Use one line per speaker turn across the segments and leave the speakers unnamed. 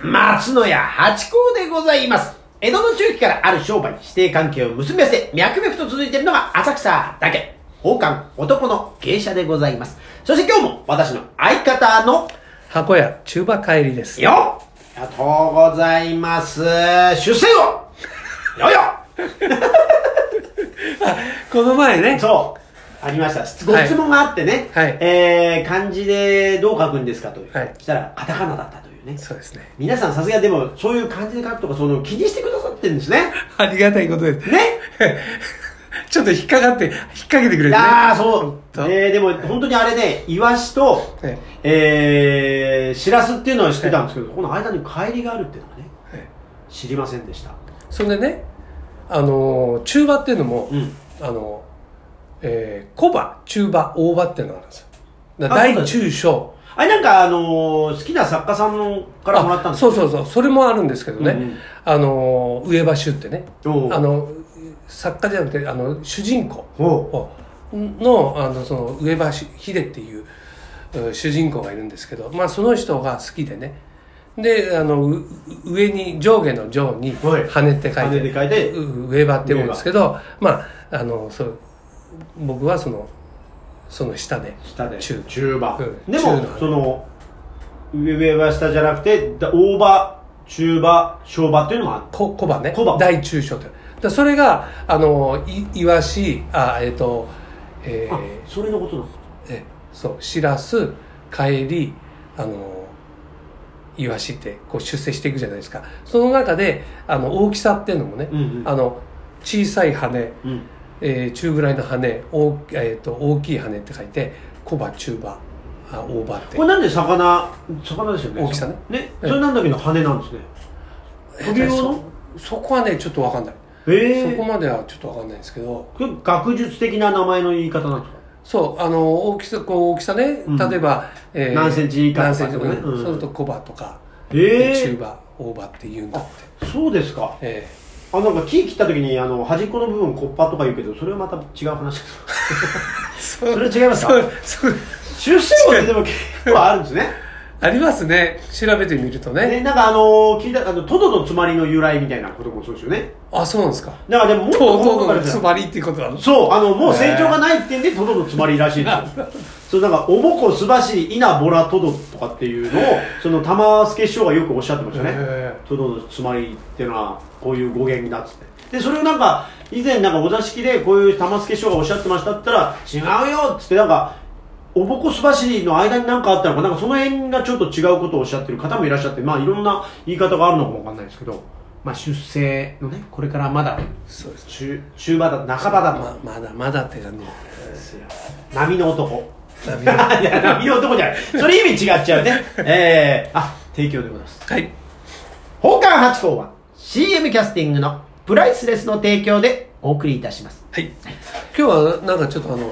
松野屋八甲でございます。江戸の中期からある商売、指定関係を結び合わせ、脈々と続いているのが浅草だけ。宝冠男の芸者でございます。そして今日も私の相方の、
箱屋中馬帰りです。
よっありがとうございます。出世をよよ
この前ね、
そう。ありました。質ご
はい
質問があってね。
はい
えー、漢字でどう書くんですかという。
はい
したら、カタカナだったというね。
そうですね。
皆さんさすがでも、そういう漢字で書くとか、その気にしてくださってるんですね。
ありがたいことです。
ね
ちょっと引っかかって、引っ掛けてくれてね。
ああ、そう
本。当
えー、でも本当にあれね、イワシと、
はい
えー、シラスっていうのは知ってたんですけど、この間に帰りがあるっていうのはね、
はい
知りませんでした。
それでね、あのー、中馬っていうのも、
うん。
あのー、えー、小馬、中馬、大馬っていうのがあるんですよ。だか
あ
ら
そうなん
大
です
中小。
あれなんか、あのー、好きな作家さんのからもらったんです
そうそうそう。それもあるんですけどね。
うんうん
あのー、上馬主ってね。
おう
あの、作家じゃなくて、あの、主人公。
おう
のあのその上橋秀っていううん主人公がいるんですけど、まあ、その人が好きでねであのうう上に上下の上に
はい
羽って書い
羽
て
で書いて、
う上場って言うんですけど、まあ、あのそう僕はそのその下で
下で
中
中場、
うん
で
中
も
の
その上上は下じゃなくてだ大場中場小場っていうのがある
こ小葉ね
小葉
大中小とだそれがあのいいわしあえっ、とえ
あ
ー
それのことなの
えそうしらす帰りあのイワシってこう出世していくじゃないですかその中であの大きさっていうのもね、
うんうん
あの小さい羽、
うん
えー中ぐらいの羽大,、えー、と大きい羽って書いて小葉中葉あ大葉って
これなんで魚魚ですよね
大きさね
ね
う
それ
ん
なんだけど羽なんですね飛び
えー
用
そ
の
そこはねちょっとわかんない、
え
そこ
え
まではちょっとわかんないんですけど
ー、学術的な名前の言い方なんですか
そうあの大きさこう大きさね
うん
例えば、え
何センチ以下
何センチ
と
と
か
か
ね
ね、
うん
そうすると小葉とか、
え
中
え
葉大葉って言うんだって
そうですか
ええ
あなんか木切った時にあの端っこの部分コッパとか言うけどそれはまた違う話です
そ
それ違いますか
そうそう
出生後ってでも結構あるんですね
ありますね調べてみるとね
ね、なんかあの聞いたあのトドのつまりの由来みたいなこともそうですよね
あそうなんですか
だからでももっと
とう
細
とう
か
の
いじゃ
つ
ん
まりっていうことなの
そうあのもう成長がないってんでトドのつまりらしいですよそうなんかおぼこすばしい稲ボラトドとかっていうのをその玉助師匠がよくおっしゃってましたね
へ
トドのつまりっていうのはこういう語源だっつってでそれをなんか以前なんかお座敷でこういう玉助師匠がおっしゃってましたって言ったら違うよっつってなんかおぼこすばしの間に何かあったのかなんかその辺がちょっと違うことをおっしゃってる方もいらっしゃってまあいろんな言い方があるのかもわかんないですけどまあ出生のねこれからまだ
そうです
中中盤だ半ばだと
ままだまだって感じ
波の男
波
い
の
や波の男じゃないそれ意味違っちゃう ねえー、あ提供でございます
はい
宝冠八甲は CM キャスティングのプライスレスの提供でお送りいたします
はい今日はなんかちょっとあの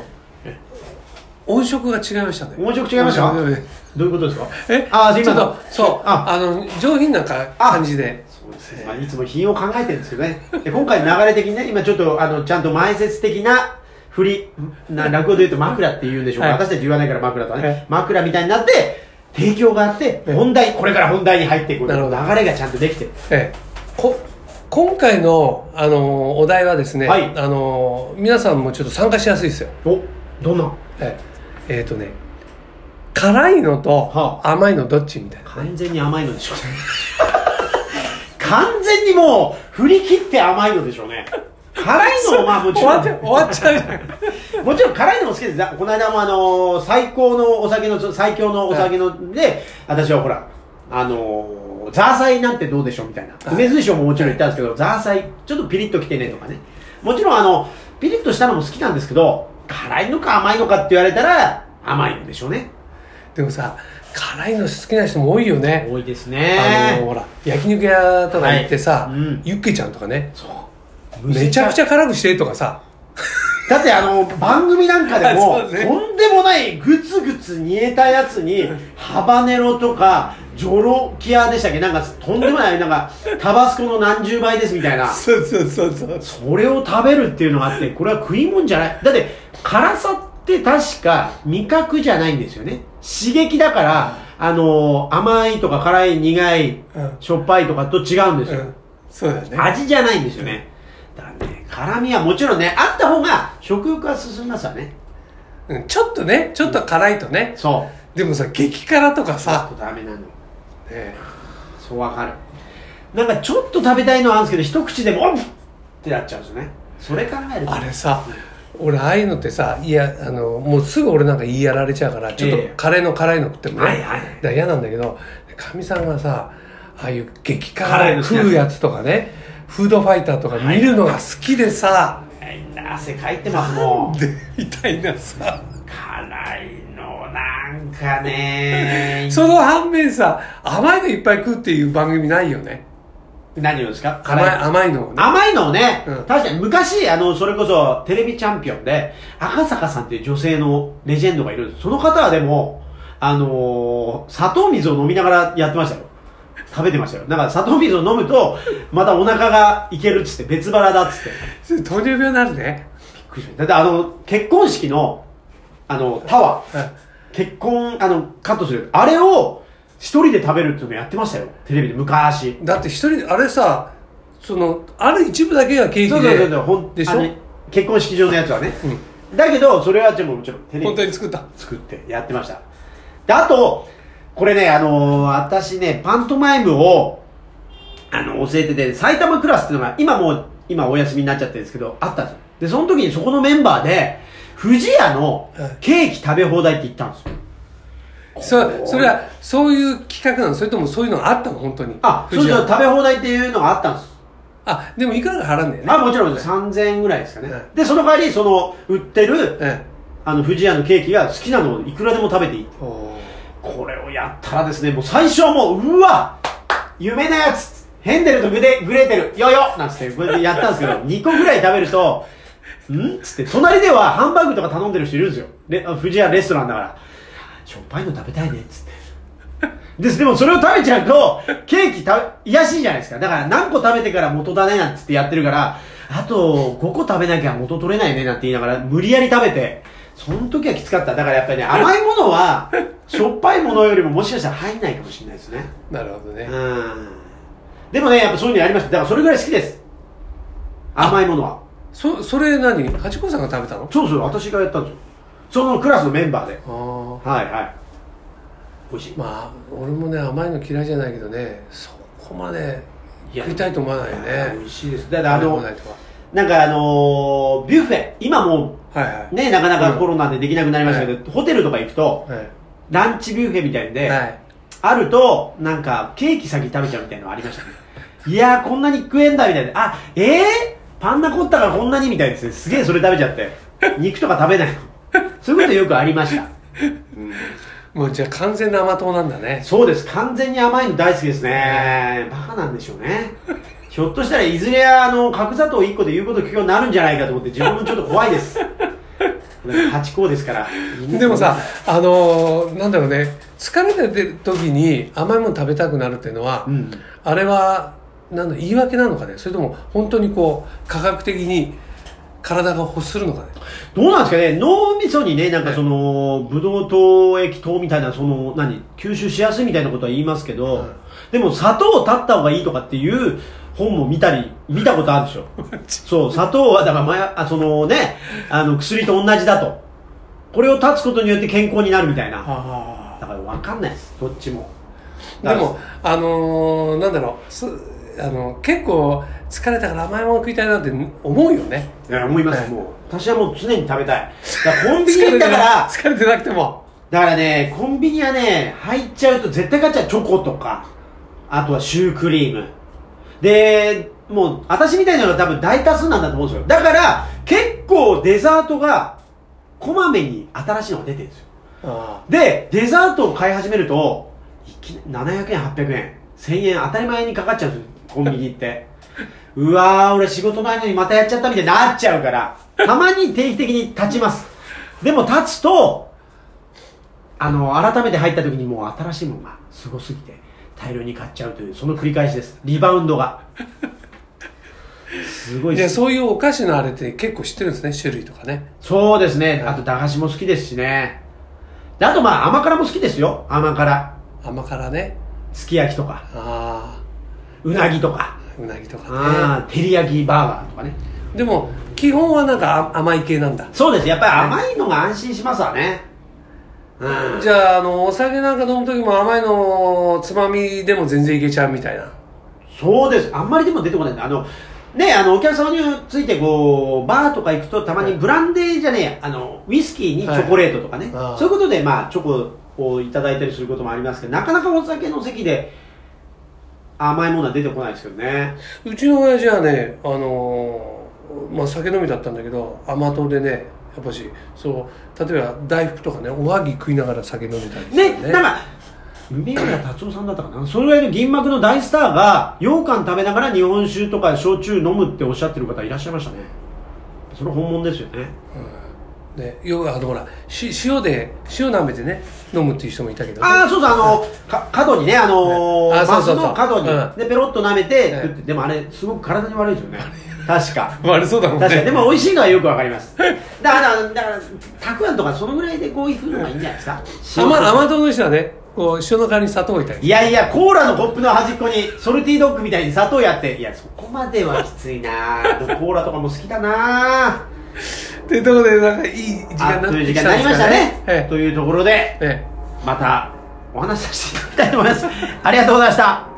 音色が違いましたね
音色違いました
音色が
どういうことですか
え
あ
あ
ー
ちょ
今
っ
の
とそう
あ
あの上品なか感じで
そうですね、まあ、いつも品を考えてるんですけどね で今回流れ的にね今ちょっとあのちゃんと前説的な振りな落語で言うと枕って言うんでしょうか、
はい
私たち言わないから枕とはね、
はい
枕みたいになって提供があって
ええ
本題これから本題に入っていく流
な
れ
るほど
がちゃんとできてる
ええこ今回の、あのお題はですね、
はい
あの皆さんもちょっと参加しやすいですよ
おどんな
えええーとね辛いのと
は
甘いのどっちみたいな、
完全に甘いのでしょうね完全にもう振り切って甘いのでしょうね辛いのもまあもち
終わ
ろ
っ
ん
ちゃう終わっちゃうじゃん
もちろん辛いのも好きですだこの間もあのー最高のお酒の最強のお酒ので、私はほらあのーザーサイなんてどうでしょうみたいな梅水晶ももちろん言ったんですけど、ザーサイちょっとピリッときてねとかねもちろんあのピリッとしたのも好きなんですけど辛いのか甘いのかって言われたら甘いのでしょうね
でもさ辛いの好きな人も多いよね、
多いです
あの
ね
ほら焼肉屋とか行ってさ、
はいうん
ユッケちゃんとかね
そう
めちゃくちゃ辛くしてとかさ
だってあの番組なんかでも、
そうね
とんでもないグツグツ煮えたやつにハバネロとかジョロキアでしたっけなんかとんでもないなんかタバスコの何十倍ですみたいな
そうそうそうそう
それを食べるっていうのがあってこれは食い物じゃないだって辛さって確か味覚じゃないんですよね刺激だからあのー甘いとか辛い、苦い、
うん
しょっぱいとかと違うんです
う
よ。
ん、そうだよね
味じゃないんですよね。だからね、辛みはもちろんね、あった方が食欲は進みますわね。
うんちょっとねちょっと辛いとね
そ
でもさ激辛とか
う。あ
さ、
とダメなの。
ね、
そうわかる。なんかちょっと食べたいのはあるんですけど、一口でも、おっってなっちゃうんですよね。それ考えると。
あれさ俺ああいうのってさいやあのもうすぐ俺なんか言いやられちゃうからちょっ
ええ
とカレーの辛いの食ってもね、
はいはい
だから嫌なんだけどかみさんがさああいう激
辛いの
辛
好きなの
食うやつとかねフードファイターとか見るのが好きでさ、
汗かいてますもん。
でみたいなさ
辛いの、なんか ね。
その反面さ甘いのいっぱい食うっていう番組ないよね
何をですか
甘い甘いのをね
甘いのをね、
うん
確かに昔、あの、それこそテレビチャンピオンで、赤坂さんっていう女性のレジェンドがいるんです。その方はでも、あのー砂糖水を飲みながらやってましたよ。食べてましたよ。だから砂糖水を飲むと、またお腹がいけるっつって、別腹だっつって。
それ糖尿病になるね
びっくりしましただってあの、結婚式の、あの、タワー、
う
結婚、あの、カットする。あれを、一人で食べるっていうのやってましたよ。テレビで昔。
んだって一人あれさそのある一部だけがケーキで
そうそうそうそう、ほん
でし
あ
ょ
の結婚式場のやつはね。
うん
だけど、それはでももちろんテレビ
本当に作った
作ってやってました。で、あと、これね、あのー私ね、パントマイムを、あの、教えてて、埼玉クラスっていうのが、今もう、今お休みになっちゃってるんですけど、あったんですよ。で、その時にそこのメンバーで、富士屋の
はい
ケーキ食べ放題って言ったんですよ。
そそれはそういう企画なのそれともそういうのあったの本当に
あ、そう
藤
そう、
原
食べ放題っていうのがあったんです。
あでもいくらか払うんだよね
あ、もちろんです3000円ぐらいですかね
はい。
で、その代わり、その、売ってる、
え
あの、富士屋のケーキが好きなのをいくらでも食べていい。
えおー
これをやったらですね、もう最初はもう、うわ夢のやつヘンデルとグレグレーテル、よよなんつって、これでやったんですけど、2個ぐ らい食べると、んつって、隣ではハンバーグとか頼んでる人いるんですよ。で、あ富士屋レストランだから、しょっぱいの食べたいね、つって。です、でもそれを食べちゃうと、ケーキ食べ、癒やしいじゃないですか。だから何個食べてから元だね、なんつってやってるから、あと5個食べなきゃ元取れないね、なんて言いながら、無理やり食べて、その時はきつかった。だからやっぱりね、甘いものは、しょっぱいものよりももしかしたら入んないかもしれないですね。
なるほどね
うん。でもね、やっぱそういうのやりました。だからそれぐらい好きです。甘いものは。
そそれ何ハチ公さんが食べたの
そうそう、私がやったんですよ。そのクラスのメンバーで。
ああ
はいはい。美味しい。
まあ俺もね甘いの嫌いじゃないけどねそこまで
いや
食いたいと思わないよね
美味しいです。だからあの
食べ、放題とか
なんかあのービュッフェ、今も
はいは
う
い
ね、なかなかコロナでできなくなりましたけど、ホテルとか行くと、
はい
ランチビュッフェみたいんで、
はい
あると、なんか、ケーキ先食べちゃうみたいなのありま したね。いやー、こんなに食えんだ、みたいな。あ、えー、パンナコッタがこんなにみたいですね。すげえそれ食べちゃって。肉とか食べないの。そういうことよくありました。
もうじゃあ完全な甘党なんだね
そうです。完全に甘いの大好きですね。バカなんでしょうね。ひょっとしたらいずれあの角砂糖1個で言うこと聞くようになるんじゃないかと思って自分もちょっと怖いです。8個ですから。
でもさあのーなんだろうね疲れてる時に甘いもの食べたくなるっていうのは、
うん。
あれはなんだ言い訳なのかねそれとも本当にこう科学的に体が欲するのかね
どうなんですかね脳みそにね、なんかその、ブドウ糖液糖みたいな、その、何、吸収しやすいみたいなことは言いますけど、
はい
でも砂糖を断った方がいいとかっていう本も見たり、見たことある でしょ。そう、砂糖は、だから前、あそのね、あの、薬と同じだと。これを断つことによって健康になるみたいな。だから分かんないです、どっちも。
でも、あのーなんだろうすあの結構疲れたから甘いもの食いたいなって思うよね
いや、思いま
は
す、
い
もう。私はもう常に食べたい。だ からコンビ
疲
ニ行
れ
ってた
な
から、
疲れてなくても
だからね、コンビニはね、入っちゃうと絶対買っちゃう。チョコとか、あとはシュークリーム。で、もう、私みたいなのが多分大多数なんだと思うんですよ。だから、結構デザートが、こまめに新しいのが出てるんですよ。
あ
で、デザートを買い始めると、いきな700円、800円、1000円当たり前にかかっちゃうんですよ、コンビニって。うわー、俺仕事ないのにまたやっちゃったみたいになっちゃうから、たまに定期的に立ちます。でも立つと、あの、改めて入った時にもう新しいものがすごすぎて、大量に買っちゃうという、その繰り返しです。リバウンドが。すごい
じ
で
ゃあ
す。
そういうお菓子のあれって結構知ってるんですね種類とかね
そうですね。あと、駄菓子も好きですしね。であと、まあ、甘辛も好きですよ。甘辛。
甘辛ね
すき焼きとか、
あ
うなぎとか、
あうなぎとか
あー照り焼きバーガーとかね。
ねでも基本はなんかあ甘い系なんだ
そうです。やっぱり甘いのが安心しますわね。うん。
じゃああのお酒なんか飲む時も甘いのをつまみでも全然いけちゃうみたいな
そうです。あんまりでも出てこないんだ。あの、ね、あの、お客様について、こう、バーとか行くと、たまにブランデーじゃねえや、あの、ウイスキーにチョコレートとかね。
はいああ
そういうことで、まあ、チョコをいただいたりすることもありますけど、なかなかお酒の席で甘いものは出てこないですけどね。
うちの親父はね、あのーまあ、酒飲みだったんだけど甘党でねやっぱしそう例えば大福とかねおはぎ食いながら酒飲みたりして
ね、なんか、梅原達夫さんだったかなそれぐらいの銀幕の大スターが、羊羹食べながら日本酒とか焼酎飲むっておっしゃってる方いらっしゃいましたね。それ本物ですよね。
ねよくあのほらし塩で塩舐めてね飲むっていう人もいたけど、ね、
ああ、そうそう、あの、か角にね、あのー、
はいあ
マ
そうそ
ス
うそう
の角に、
うん
で、ペロッと舐めて、
はい
食って、でもあれ、すごく体に悪い ですよね。確か。
悪そうだもんね
確かに。でも、美味しいのはよくわかります。だから、だから、たくあんとかそのぐらいでこういうふうのがいいんじゃないですか。塩
甘甘党の人はねこう塩の代わりに砂糖を置いたり
いやいや、コーラのコップの端っこに、ソルティードッグみたいに砂糖やって、いや、そこまではきついな ぁ。でもコーラとかも好きだなぁ。
っていうところでなんかいい時間
あ
にな
とい
っ
う
て
時
き
間に
た
なん
で
りまし
すか
た
ね
ね。
え
というところで、
えええ
またお話しさせていただきたいと思います。ありがとうございました。